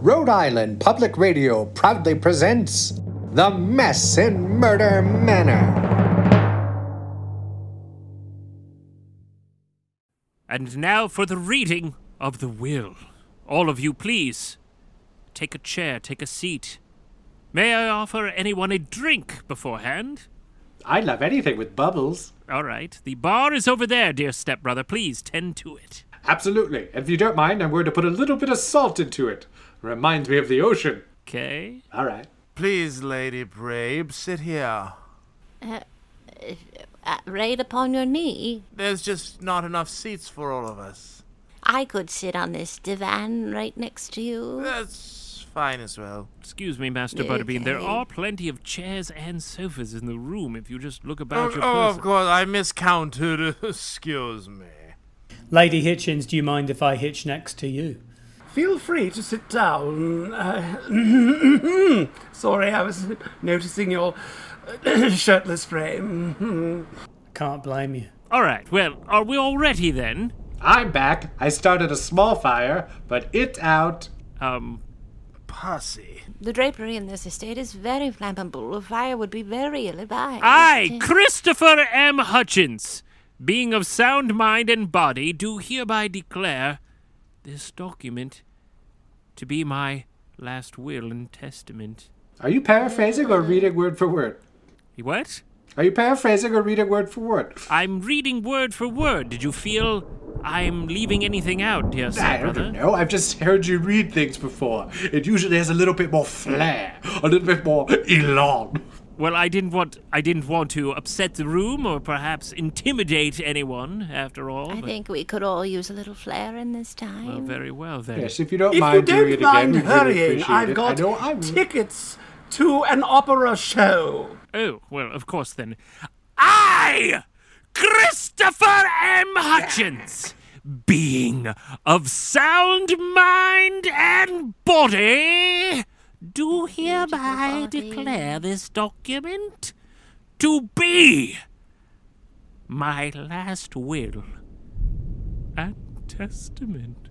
Rhode Island Public Radio proudly presents The Mess in Murder Manor. And now for the reading of the will. All of you, please, take a chair, take a seat. May I offer anyone a drink beforehand? I love anything with bubbles. All right. The bar is over there, dear stepbrother. Please tend to it. Absolutely. If you don't mind, I'm going to put a little bit of salt into it. Reminds me of the ocean. Okay. All right. Please, Lady Brabe, sit here. uh, right upon your knee. There's just not enough seats for all of us. I could sit on this divan right next to you. That's fine as well. Excuse me, Master Butterbean. There Okay. are plenty of chairs and sofas in the room if you just look Oh, about your oh, of person. course, I miscounted. Excuse me. Lady Hitchins, do you mind if I hitch next to you? Feel free to sit down. Uh, sorry, I was noticing your uh, shirtless frame. Can't blame you. All right. Well, are we all ready then? I'm back. I started a small fire, but it's out. Um, Pussy. The drapery in this estate is very flammable. A fire would be very ill advised. I, Christopher M. Hutchins, being of sound mind and body, do hereby declare this document to be my last will and testament. Are you paraphrasing or reading word for word? What? Are you paraphrasing or reading word for word? I'm reading word for word. Did you feel I'm leaving anything out, dear I sir, don't brother? know. I've just heard you read things before. It usually has a little bit more flair, a little bit more elan. Well, I didn't want I didn't want to upset the room or perhaps intimidate anyone. After all, I but- think we could all use a little flair in this time. well, very well then. Yes, if you don't If you mind doing don't it mind again, we'd really hurrying, appreciate I've it. I got know I will. tickets to an opera show. Oh, well, of course then. I, Christopher M. Hutchins, being of sound mind and body, do hereby declare this document to be my last will and testament.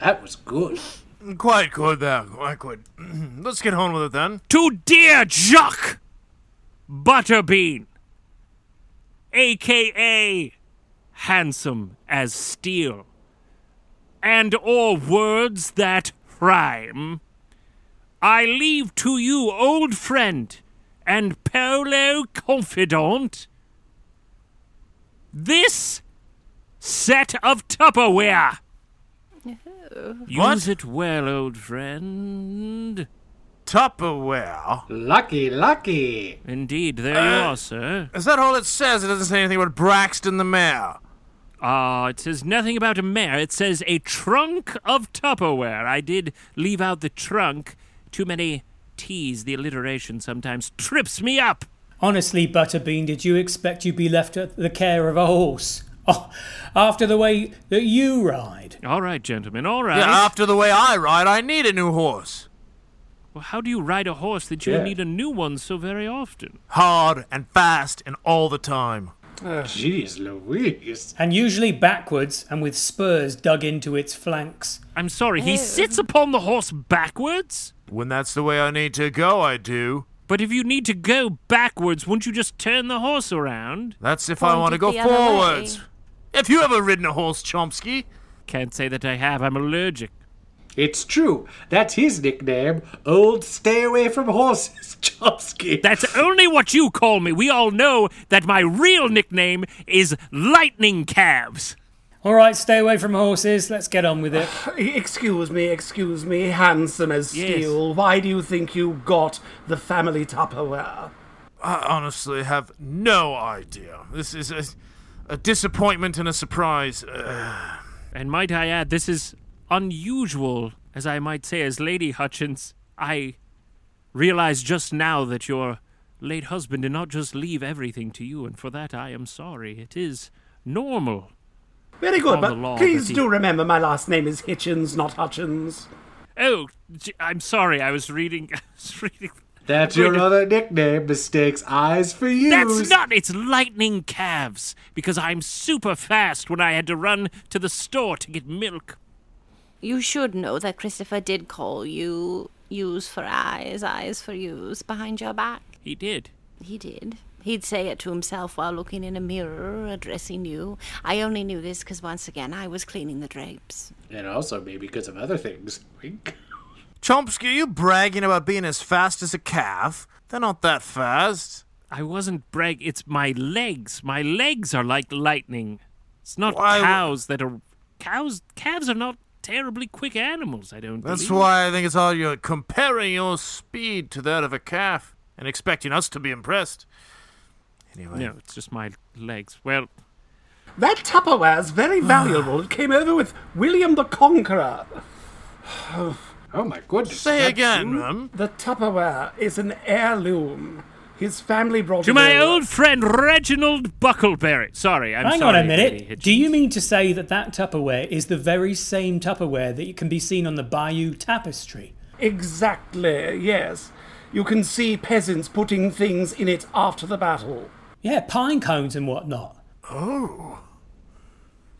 That was good. Quite good there, quite good. Let's get on with it then. to dear Jock Butterbean, aka Handsome as Steel, and all words that rhyme, I leave to you, old friend and polo confidant, this set of Tupperware. Use it well, old friend. Tupperware. Lucky, lucky. Indeed, there you are, sir. Is that all it says? It doesn't say anything about Braxton the mayor. Ah, it says nothing about a mare. It says a trunk of Tupperware. I did leave out the trunk. Too many T's. The alliteration sometimes trips me up. Honestly, Butterbean, did you expect you'd be left at the care of a horse? Oh, after the way that you ride. All right, gentlemen. All right. Yeah, after the way I ride, I need a new horse. well, how do you ride a horse that you Yeah. need a new one so very often? Hard and fast and all the time. Jeez Louise. And usually backwards and with spurs dug into its flanks. I'm sorry. He sits upon the horse backwards. When that's the way I need to go, I do. But if you need to go backwards, wouldn't you just turn the horse around? That's if I Point want to it go the other forwards. way. Have you ever ridden a horse, Chomsky? Can't say that I have. I'm allergic. It's true. That's his nickname. Old stay away from horses, Chomsky. That's only what you call me. We all know that my real nickname is Lightning Calves. All right, stay away from horses. Let's get on with it. Excuse me, excuse me, handsome as Yes. steel. Why do you think you got the family Tupperware? I honestly have no idea. This is a, a disappointment and a surprise. Uh, And might I add, this is unusual, as I might say, as Lady Hutchins. I realize just now that your late husband did not just leave everything to you, and for that I am sorry. It is normal. Very good, On the but law, please but he- do remember my last name is Hitchens, not Hutchins. Oh, j- I'm sorry. I was reading. I was reading. That's your other nickname. Mistakes eyes for you. That's not. It's lightning calves because I'm super fast when I had to run to the store to get milk. You should know that Christopher did call you use for eyes, eyes for use behind your back. He did. He did. He'd say it to himself while looking in a mirror, addressing you. I only knew this 'cause once again I was cleaning the drapes. And also maybe because of other things. Wink. Chomsky, are you bragging about being as fast as a calf? They're not that fast. I wasn't brag. It's my legs. My legs are like lightning. It's not Why w- cows that are cows. Calves are not terribly quick animals. I don't. That's believe. why I think it's all you're comparing your speed to that of a calf and expecting us to be impressed. Anyway, No, it's just my legs. Well, That Tupperware's very Ah. valuable. it came over with William the Conqueror. Oh my goodness. say that again, food? mum. The Tupperware is an heirloom. His family brought to it my over. old friend Reginald Buckleberry. Sorry, I'm Hang sorry. on a Lady minute. Hitchens. Do you mean to say that that Tupperware is the very same Tupperware that can be seen on the Bayou Tapestry? Exactly, yes. You can see peasants putting things in it after the battle. Yeah, pine cones and whatnot.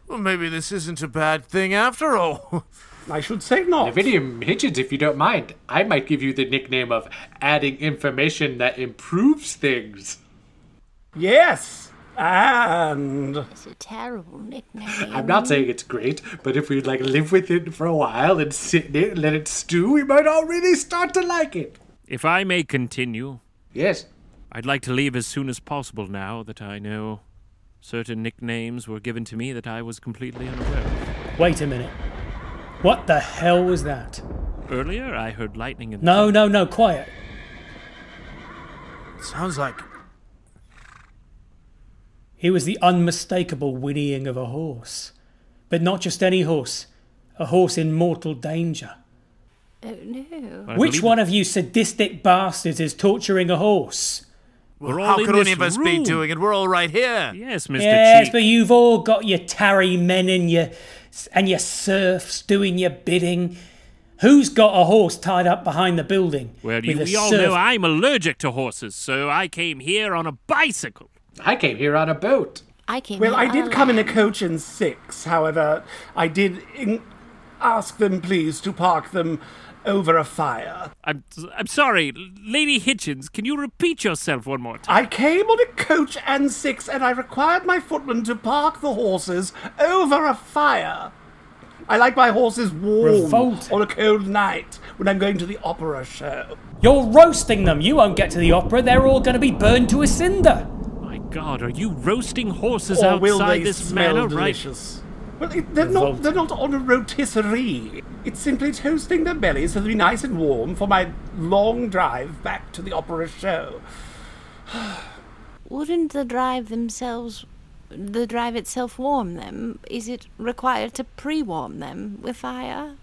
Well, maybe this isn't a bad thing after all. I should say not. Davidium Hitchens, if you don't mind, I might give you the nickname of adding information that improves things. Yes, and It's a terrible nickname. I'm not saying it's great, but if we like live with it for a while and sit in it and let it stew, we might all really start to like it. If I may continue, Yes. I'd like to leave as soon as possible. Now that I know certain nicknames were given to me that I was completely unaware of. Wait a minute. What the hell was that? Earlier, I heard lightning and No, no, no, quiet. Sounds like It was the unmistakable whinnying of a horse. But not just any horse, a horse in mortal danger. Oh, no. I Which believe one of you sadistic bastards is torturing a horse? We're all how in could this any of us be room. doing it? We're all right here. Yes, Mr. Yes, Cheek. but you've all got your tarry men and your and your serfs doing your bidding. Who's got a horse tied up behind the building? Well, with you, a we all serf- know I'm allergic to horses, so I came here on a bicycle. I came here on a boat. I came well, here Oh, I did come in a early. coach and six. However, I did in- ask them please to park them over a fire. I'm, I'm sorry, Lady Hitchens, can you repeat yourself one more time? I came on a coach and six, and I required my footman to park the horses over a fire. I like my horses warm Revolting. on a cold night when I'm going to the opera show. You're roasting them. You won't get to the opera. They're all going to be burned to a cinder. My God, are you roasting horses or will they outside this smell manor? delicious? Well, it, they're not. They're not on a rotisserie. It's simply toasting their bellies so they'll be nice and warm for my long drive back to the opera show. Wouldn't the drive themselves, the drive itself, warm them? Is it required to pre-warm them with fire?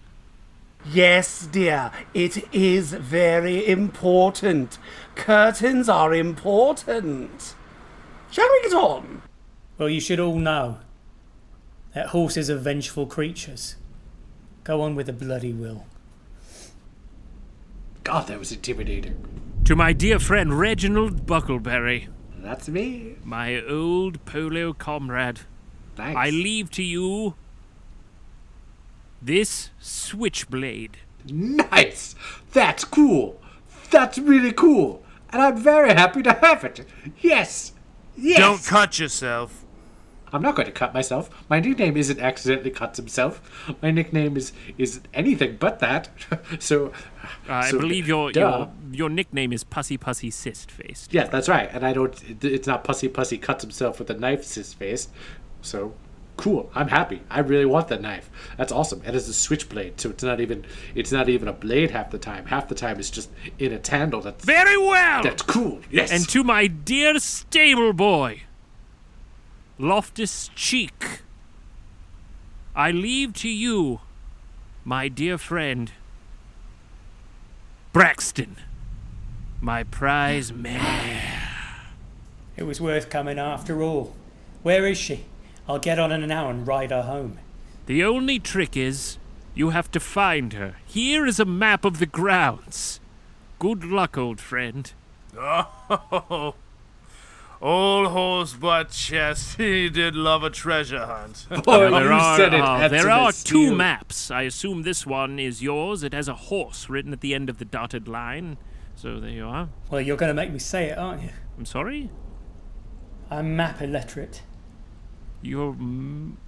Yes, dear, it is very important. Curtains are important. Shall we get on? Well, you should all know that horses are vengeful creatures. Go on with the bloody will. God, that was intimidating. Right? To my dear friend Reginald Buckleberry, That's me. my old polo comrade, Thanks. I leave to you this switchblade. nice. That's cool. That's really cool. And I'm very happy to have it. Yes. Yes. Don't cut yourself. I'm not going to cut myself. My nickname isn't accidentally cuts himself. My nickname is is anything but that. so, I so, believe your, duh. your your nickname is Pussy Pussy Cyst Faced. Yeah, that's right. And I don't. it- It's not pussy pussy cuts himself with a knife to his face. So cool. I'm happy. I really want that knife. That's awesome. And it's a switchblade, so it's not even. It's not even a blade half the time. Half the time it's just in a handle. That's Very well. that's cool. Yes. And to my dear stable boy, Loftus Cheek, I leave to you, my dear friend, Braxton, my prize man. It was worth coming after all. Where is she? I'll get on in an hour and ride her home. The only trick is you have to find her. Here is a map of the grounds. Good luck, old friend. Oh, Old horse butt chest, he did love a treasure hunt. Boy, Now, there Oh, you are, said it. uh, there Septimus are two Steel. maps. I assume this one is yours. It has a horse written at the end of the dotted line. So there you are. Well, you're going to make me say it, aren't you? I'm sorry? I'm map illiterate. You're m-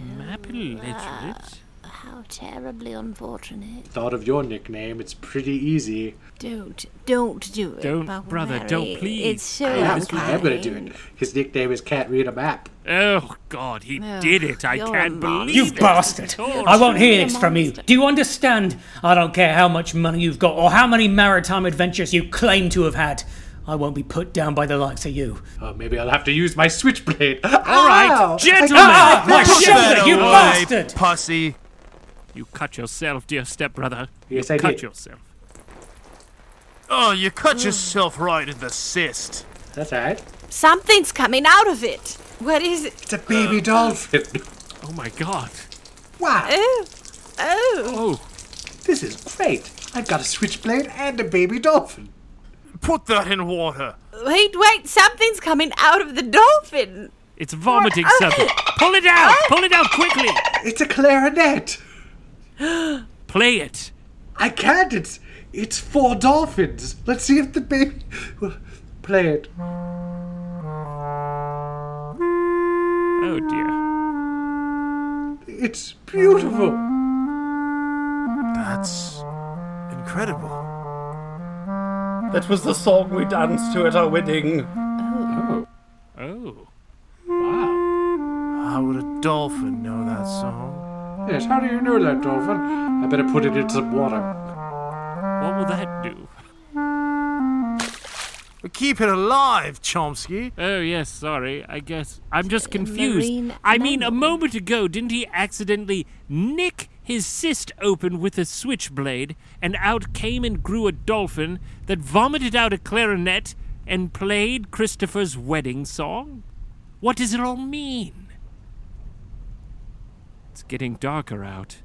map illiterate? How terribly unfortunate. Thought of your nickname. It's pretty easy. Don't, don't do it. Don't, Barbara brother, don't, Mary. please. It's so Yeah, unkind. this week I'm gonna do it. His nickname is Can't Read a Map. Oh, God, he No, did it. I you're a can't monster. believe You it. bastard! Torture. I won't hear You're a this from you. monster. Do you understand? I don't care how much money you've got or how many maritime adventures you claim to have had. I won't be put down by the likes of you. Oh, maybe I'll have to use my switchblade. All right, gentlemen. Ah, my Put shoulder, that you away. bastard! Pussy. You cut yourself, dear stepbrother. Yes, you I cut did. yourself. Oh, you cut yourself right in the cyst. That's all right. Something's coming out of it. What is it? It's a baby dolphin. Oh, my God. Wow, Oh, oh. Oh, this is great. I've got a switchblade and a baby dolphin. Put that in water. Oh. Wait, wait. Something's coming out of the dolphin. it's vomiting something. Pull it out! Pull it out quickly! It's a clarinet. Play it. I can't. It's it's four dolphins. Let's see if the baby will play it. Oh, dear. It's beautiful. That's incredible. That was the song we danced to at our wedding. Oh. Wow. How would a dolphin know that song? Yes. How do you know that dolphin? I better put it in some water. What will that do? But keep it alive, Chomsky. Oh, yes, sorry. I guess I'm just marine confused. I mean, a mammal. moment ago, didn't he accidentally nick his cyst open with a switchblade, and out came and grew a dolphin that vomited out a clarinet and played Christopher's wedding song? What does it all mean? It's getting darker out.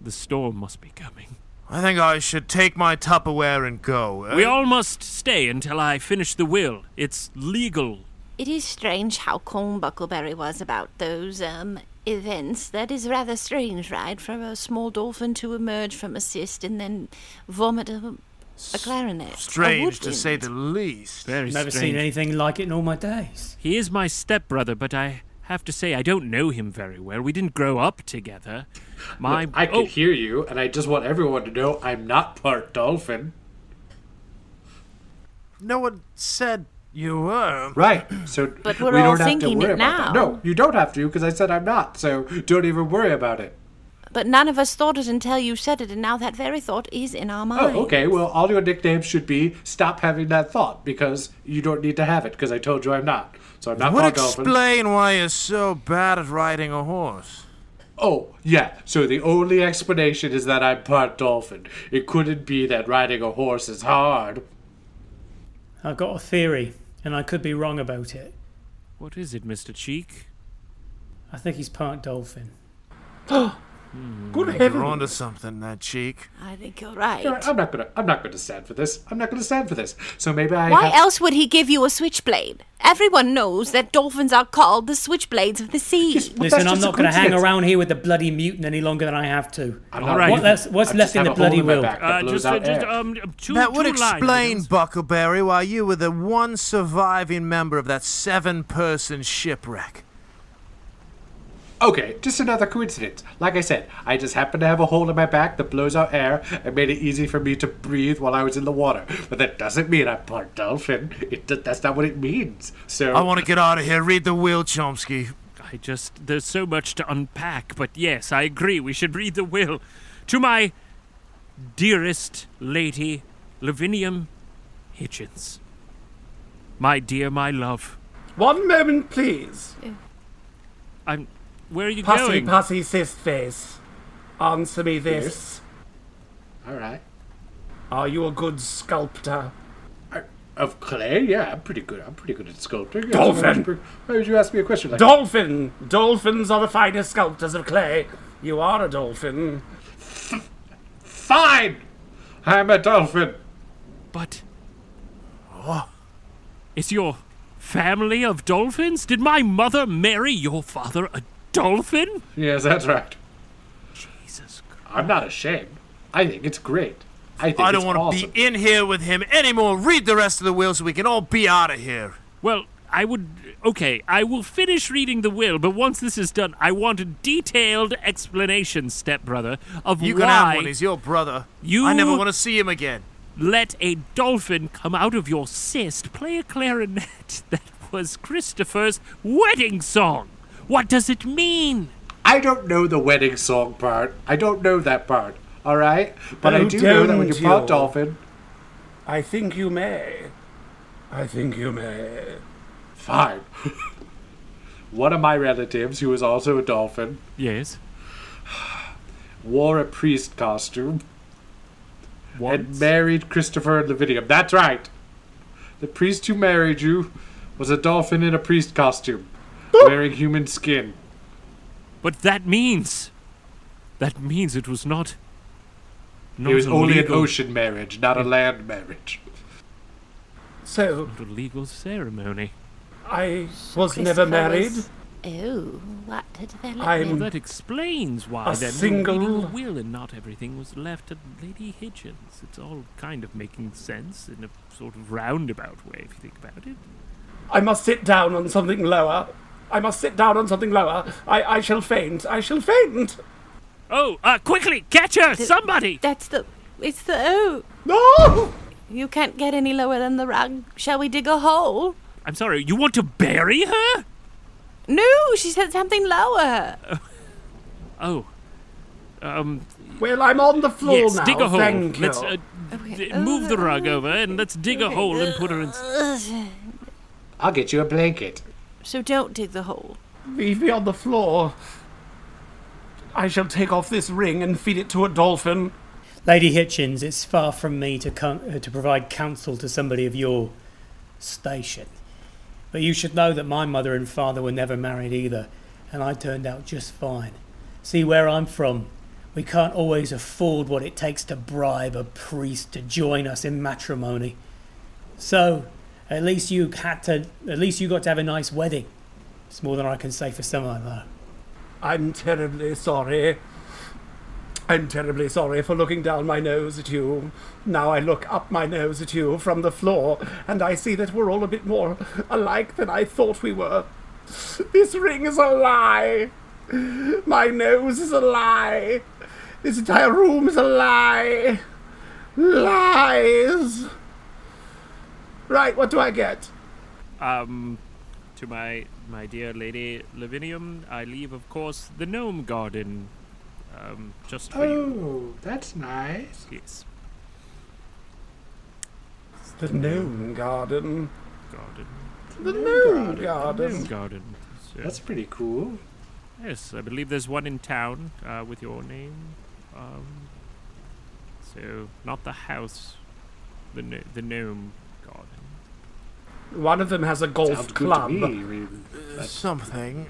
The storm must be coming. I think I should take my Tupperware and go. eh? We all must stay until I finish the will. It's legal It is strange how calm Buckleberry was about those um events. That is rather strange, right? From a small dolphin to emerge from a cyst and then vomit a, a clarinet. A Strange to say woodwind. the least. Very Never strange. seen anything like it in all my days. He is my stepbrother, but I have to say I don't know him very well. We didn't grow up together. My I can oh, hear you, and I just want everyone to know I'm not part dolphin. No one said you were. Right. So But we're we all don't have to thinking worry it about that. now. No, you don't have to because I said I'm not. So don't even worry about it. But none of us thought it until you said it, and now that very thought is in our mind. Oh, okay. Well, all your nicknames should be stop having that thought because you don't need to have it because I told you I'm not. So I'm not Would part dolphin. explain why you're so bad at riding a horse. Oh, yeah. So the only explanation is that I'm part dolphin. It couldn't be that riding a horse is hard. I've got a theory, and I could be wrong about it. what is it, Mr. Cheek? I think he's part dolphin. Good You're heavens. onto something, that cheek. I think you're You know, right. I'm not gonna. I'm not gonna stand for this. I'm not gonna stand for this. So maybe I. Why have- else would he give you a switchblade? Everyone knows that dolphins are called the switchblades of the sea. Yes, well, that's Listen, I'm just a not going to hang coincidence. around here with the bloody mutant any longer than I have to. I'm All not right. mutant. What less- what's I just left in have the a hole bloody in my will? back that blows uh, just, out just air. um, two, That would two line explain, items. Buckleberry, why you were the one surviving member of that seven person shipwreck. Okay, just another coincidence. Like I said, I just happened to have a hole in my back that blows out air and made it easy for me to breathe while I was in the water. But that doesn't mean I'm part dolphin. It, do- that's not what it means. So I want to get out of here. Read the will, Chomsky. I just there's so much to unpack, but yes, I agree. We should read the will to my dearest lady Lavinium Hitchens. My dear, my love. One moment, please. I'm. Where are you Pussy, going? pussy, sis face. Answer me this. all right. Are you a good sculptor? Of clay, yeah, I'm pretty good. I'm pretty good at sculpting. Yeah, Dolphin! so Why would you ask me a question like Dolphin! Dolphins are the finest sculptors of clay. You are a dolphin. Fine! I'm a dolphin. But Is your family of dolphins? Did my mother marry your father a dolphin? Yes, that's right. Jesus Christ. I'm not ashamed. I think it's great. I think I don't want to be in here with him anymore. Read the rest of the will so we can all be out of here. Well, I would. Okay, I will finish reading the will, but once this is done, I want a detailed explanation, stepbrother, of You why can have one. He's your brother. You- I never want to see him again. let a dolphin come out of your cyst play a clarinet. That was Christopher's wedding song. What does it mean? I don't know the wedding song part. I don't know that part. All right, but I Oh, do know that when you don't brought you? dolphin, I think you may. I think you may. fine. One of my relatives, who was also a dolphin, Yes. wore a priest costume and Once. married Christopher and Lavinium. That's right. The priest who married you was a dolphin in a priest costume, wearing human skin. But that means. That means it was not. not it was a only an legal, ocean marriage, not a land marriage. So, not a legal ceremony. I was Christopher never married. was- Oh, what a development. Well, I'm- that explains why A then we single- were reading the will and not everything was left to Lady Hitchens. It's all kind of making sense in a sort of roundabout way, if you think about it. I must sit down on something lower. I must sit down on something lower. I, I shall faint. I shall faint. Oh, uh, quickly, catch her, somebody! That's the. It's the. Oh, No! you can't get any lower than the rug. Shall we dig a hole? I'm sorry, you want to bury her? No, she said something lower. Oh, um, Well, I'm on the floor yes, now. dig a hole. Thank you. Let's uh, d- move the rug Oh. over and let's dig a hole and put her in. I'll get you a blanket. So don't dig the hole. Leave me on the floor. I shall take off this ring and feed it to a dolphin. Lady Hitchens, it's far from me to, con- uh, to provide counsel to somebody of your station. But you should know that my mother and father were never married either, and I turned out just fine. See where I'm from. We can't always afford what it takes to bribe a priest to join us in matrimony. So, at least you had to, at least you got to have a nice wedding. It's more than I can say for someone, though. I'm terribly sorry. I'm terribly sorry for looking down my nose at you. Now I look up my nose at you from the floor, and I see that we're all a bit more alike than I thought we were. This ring is a lie. My nose is a lie. This entire room is a lie. Lies. Right, what do I get? Um, to my my dear lady Lavinium, I leave, of course, the gnome garden. Um, just for you. Oh, that's nice. Yes, The gnome garden. garden, The gnome garden. garden. So- That's pretty cool. Yes, I believe there's one in town uh, with your name. Um, so not the house, the gno- the gnome garden. One of them has a golf Sounds good club. to me. Something.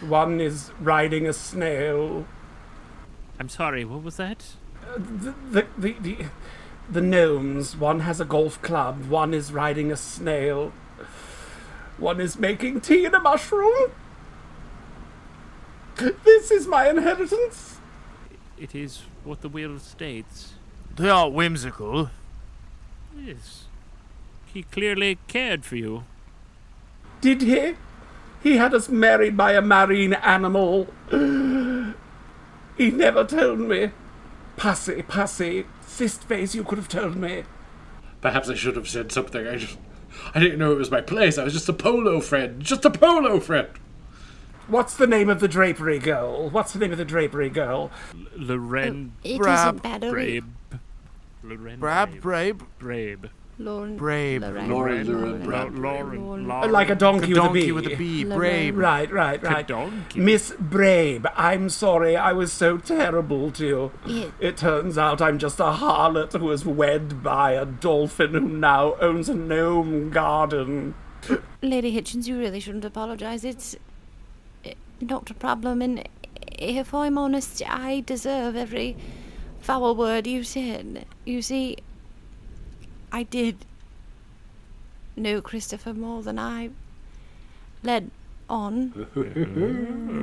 One is riding a snail. I'm sorry, what was that? The, the, the, the, the gnomes. One has a golf club. One is riding a snail. One is making tea in a mushroom. This is my inheritance. It is what the will states. They are whimsical. Yes, he clearly cared for you. Did he? He had us married by a marine animal. He never told me. Pussy, pussy, fist face, you could have told me. Perhaps I should have said something. I just, I didn't know it was my place. I was just a polo friend. Just a polo friend. What's the name of the drapery girl? What's the name of the drapery girl? Loren It Brab- not bad. Brabe. Loren Brabe. Brab, brave, Brabe. Lauren. brave. Lorraine. Lauren, Lauren, Lo- Brab. Lauren. Lauren. Um, Like a donkey, Donkey with a bee, bee. Lorraine. brave. Right, right, right. donkey. Miss Brabe, I'm sorry I was so terrible to you. Yeah. It turns out I'm just a harlot who was wed by a dolphin who now owns a gnome garden. Lady Hitchens, you really shouldn't apologize. It's eh, not a problem, and if I'm honest, I deserve every foul word you said. You see, I did know Christopher more than I led on.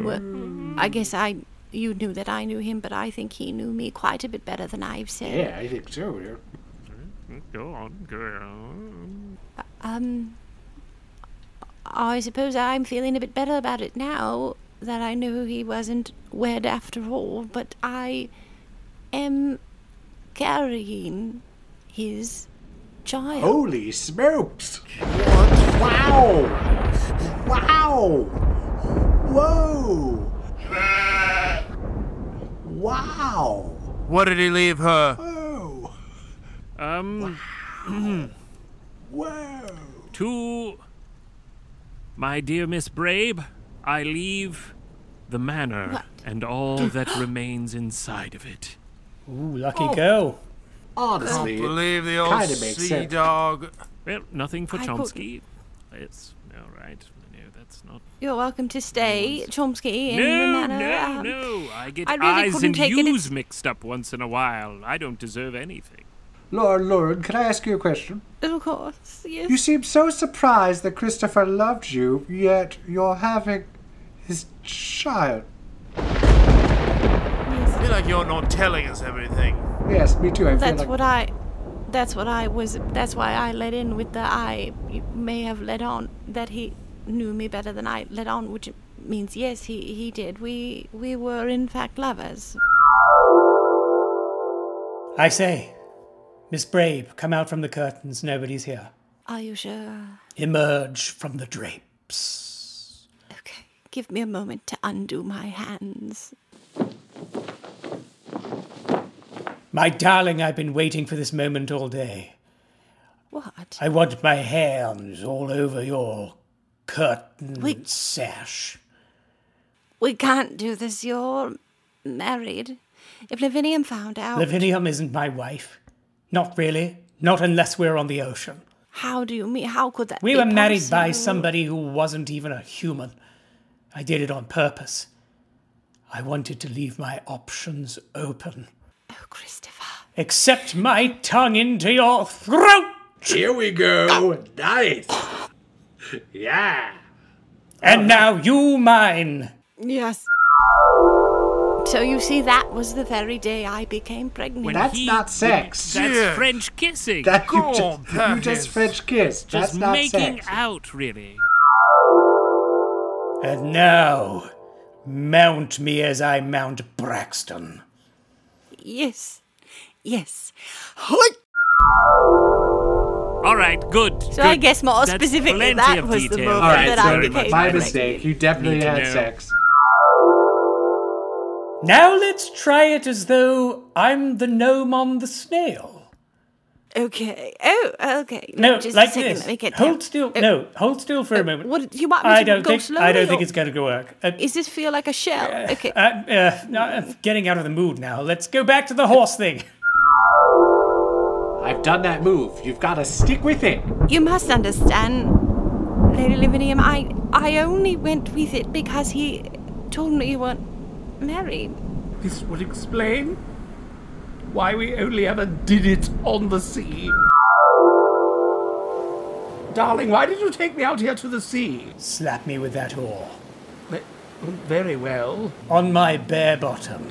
well, I guess I you knew that I knew him, but I think he knew me quite a bit better than I've said. Yeah, I think so. yeah. Go on, go on. Um, I suppose I'm feeling a bit better about it now that I know he wasn't wed after all, but I am carrying his child. Oh. Holy smokes! What? Wow! Wow! Whoa! Wow! What did he leave her? Oh! Um, Whoa! to my dear Miss Brabe, I leave the manor and all that remains inside of it. Ooh, lucky girl. Honestly, Believe the old Kinda makes sea sense. dog. Well, nothing for I couldn't- Chomsky. It's all right. No, that's not. You're welcome to stay, Chomsky, in No, the manor. no, um, no! I get I really eyes couldn't and take it. It's- yous mixed up once in a while. I don't deserve anything. Lord, Lord, can I ask you a question? Of course, yes. You seem so surprised that Christopher loved you, yet you're having his child. I feel like you're not telling us everything. Yes, me too. I feel that's like what I. That's what I was. That's why I let in with the I you may have let on that he knew me better than I let on, which means yes, he he did. We we were in fact lovers. I say, Miss Brave, come out from the curtains. Nobody's here. Are you sure? Emerge from the drapes. Okay, give me a moment to undo my hands. My darling, I've been waiting for this moment all day. What? I want my hands all over your curtain Wait. sash. We can't do this. You're married. If Lavinium found out, Lavinium isn't my wife. Not really. Not unless we're on the ocean. how do you mean? How could that? We be were married by possible? somebody who wasn't even a human. I did it on purpose. I wanted to leave my options open. Oh, Christopher. Accept my tongue into your throat Here we go. Nice. Yeah. Oh. and now you mine. Yes. So you see, that was the very day I became pregnant. When That's he- not sex. That's Yeah. French kissing. that you Go on, just, you that just is- French kiss. That's just not making sex. out, really. And now, mount me as I mount Braxton. Yes. Yes. All right, good. So I guess more specifically, that was the moment All right. that I So became my pregnant. mistake. You definitely Need to had know. sex. Now let's try it as though I'm the gnome on the snail. Okay. Oh, okay. No, Just like a second. this. Let me get hold down. still. Uh, no, hold still for uh, a moment. what- you want me I to don't go think. I slowly don't think or- it's going to work. Uh, Is this feel like a shell? Okay. uh, uh, no, I'm getting out of the mood now. Let's go back to the horse thing. I've done that move. You've got to stick with it. You must understand, Lady Livinium, I, I only went with it because he told me you weren't married. This would explain why we only ever did it on the sea. Darling, why did you take me out here to the sea? Slap me with that oar Ve- Very well. on my bare bottom.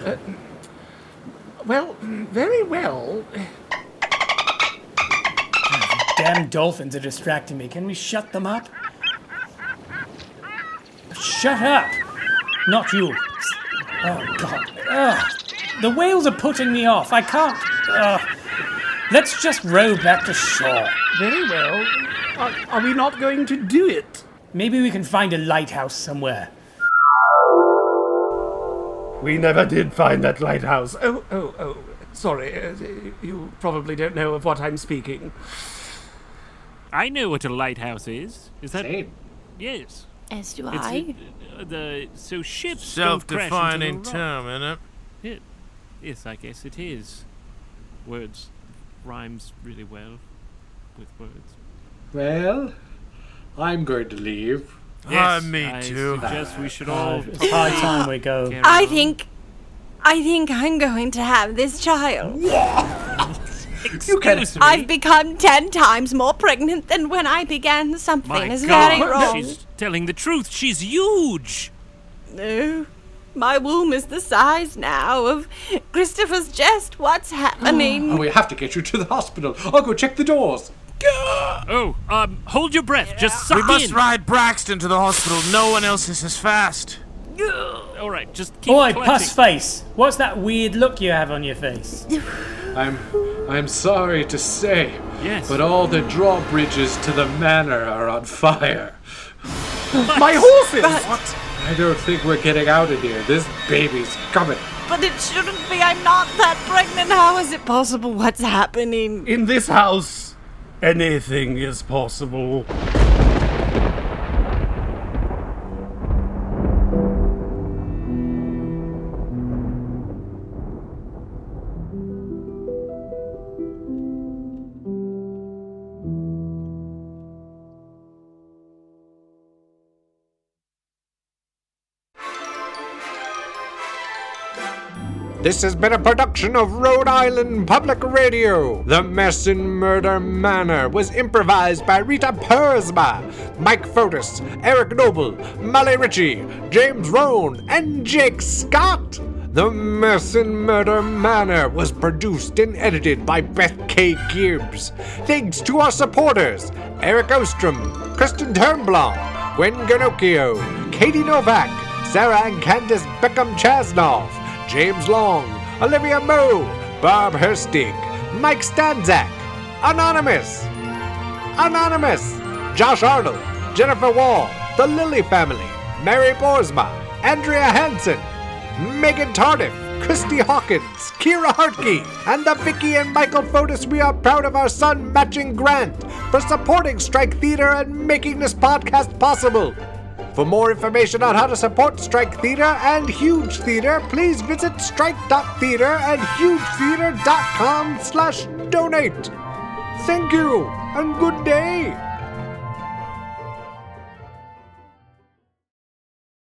Well, very well. Damn dolphins are distracting me. Can we shut them up? Shut up! Not you. Oh, God. Ugh. The whales are putting me off. I can't. Ugh. Let's just row back to shore. Very well. Are, are we not going to do it? Maybe we can find a lighthouse somewhere. We never did find that lighthouse. Oh, oh, oh. Sorry, uh, you probably don't know of what I'm speaking. I know what a lighthouse is. Is that Same. yes? As do It's I. uh, the so ships don't crash Self-defining into the rock. term, innit? Yeah. Yes, I guess it is. Words rhymes really well with words. Well, I'm going to leave. Ah, me I too. suggest we should all. It's high time we go. I think, I think I'm going to have this child. Excuse me. I've become ten times more pregnant than when I began. Something My is God, very wrong. she's telling the truth. She's huge. No. My womb is the size now of Christopher's chest. What's happening? And Oh, we have to get you to the hospital. I'll go check the doors. Oh, um, hold your breath. Just suck We must in. ride Braxton to the hospital. No one else is as fast. All right, just keep Oi, clutching. puss face! What's that weird look you have on your face? I'm I'm sorry to say, Yes. but all the drawbridges to the manor are on fire. My horses! I don't think we're getting out of here. This baby's coming. But it shouldn't be. I'm not that pregnant. How is it possible? What's happening? In this house, anything is possible. This has been a production of Rhode Island Public Radio. The Mess in Murder Manor was improvised by Rita Persma, Mike Fotis, Eric Noble, Molly Ritchie, James Rohn, and Jake Scott. The Mess in Murder Manor was produced and edited by Beth K. Gibbs. Thanks to our supporters Eric Ostrom, Kristen Turnblom, Gwen Ganocchio, Katie Novak, Sarah and Candace Beckham Chasnoff. James Long, Olivia Moe, Bob Herstick, Mike Stanzak, Anonymous, Anonymous, Josh Arnold, Jennifer Wall, The Lilly Family, Mary Borsma, Andrea Hansen, Megan Tardiff, Christy Hawkins, Kira Hartke, and the Vicky and Michael Fotis We Are Proud of Our Son Matching Grant for supporting Strike Theater and making this podcast possible. For more information on how to support Strike Theater and Huge Theater, please visit strike.theater and hugetheater.com slash donate. Thank you and good day.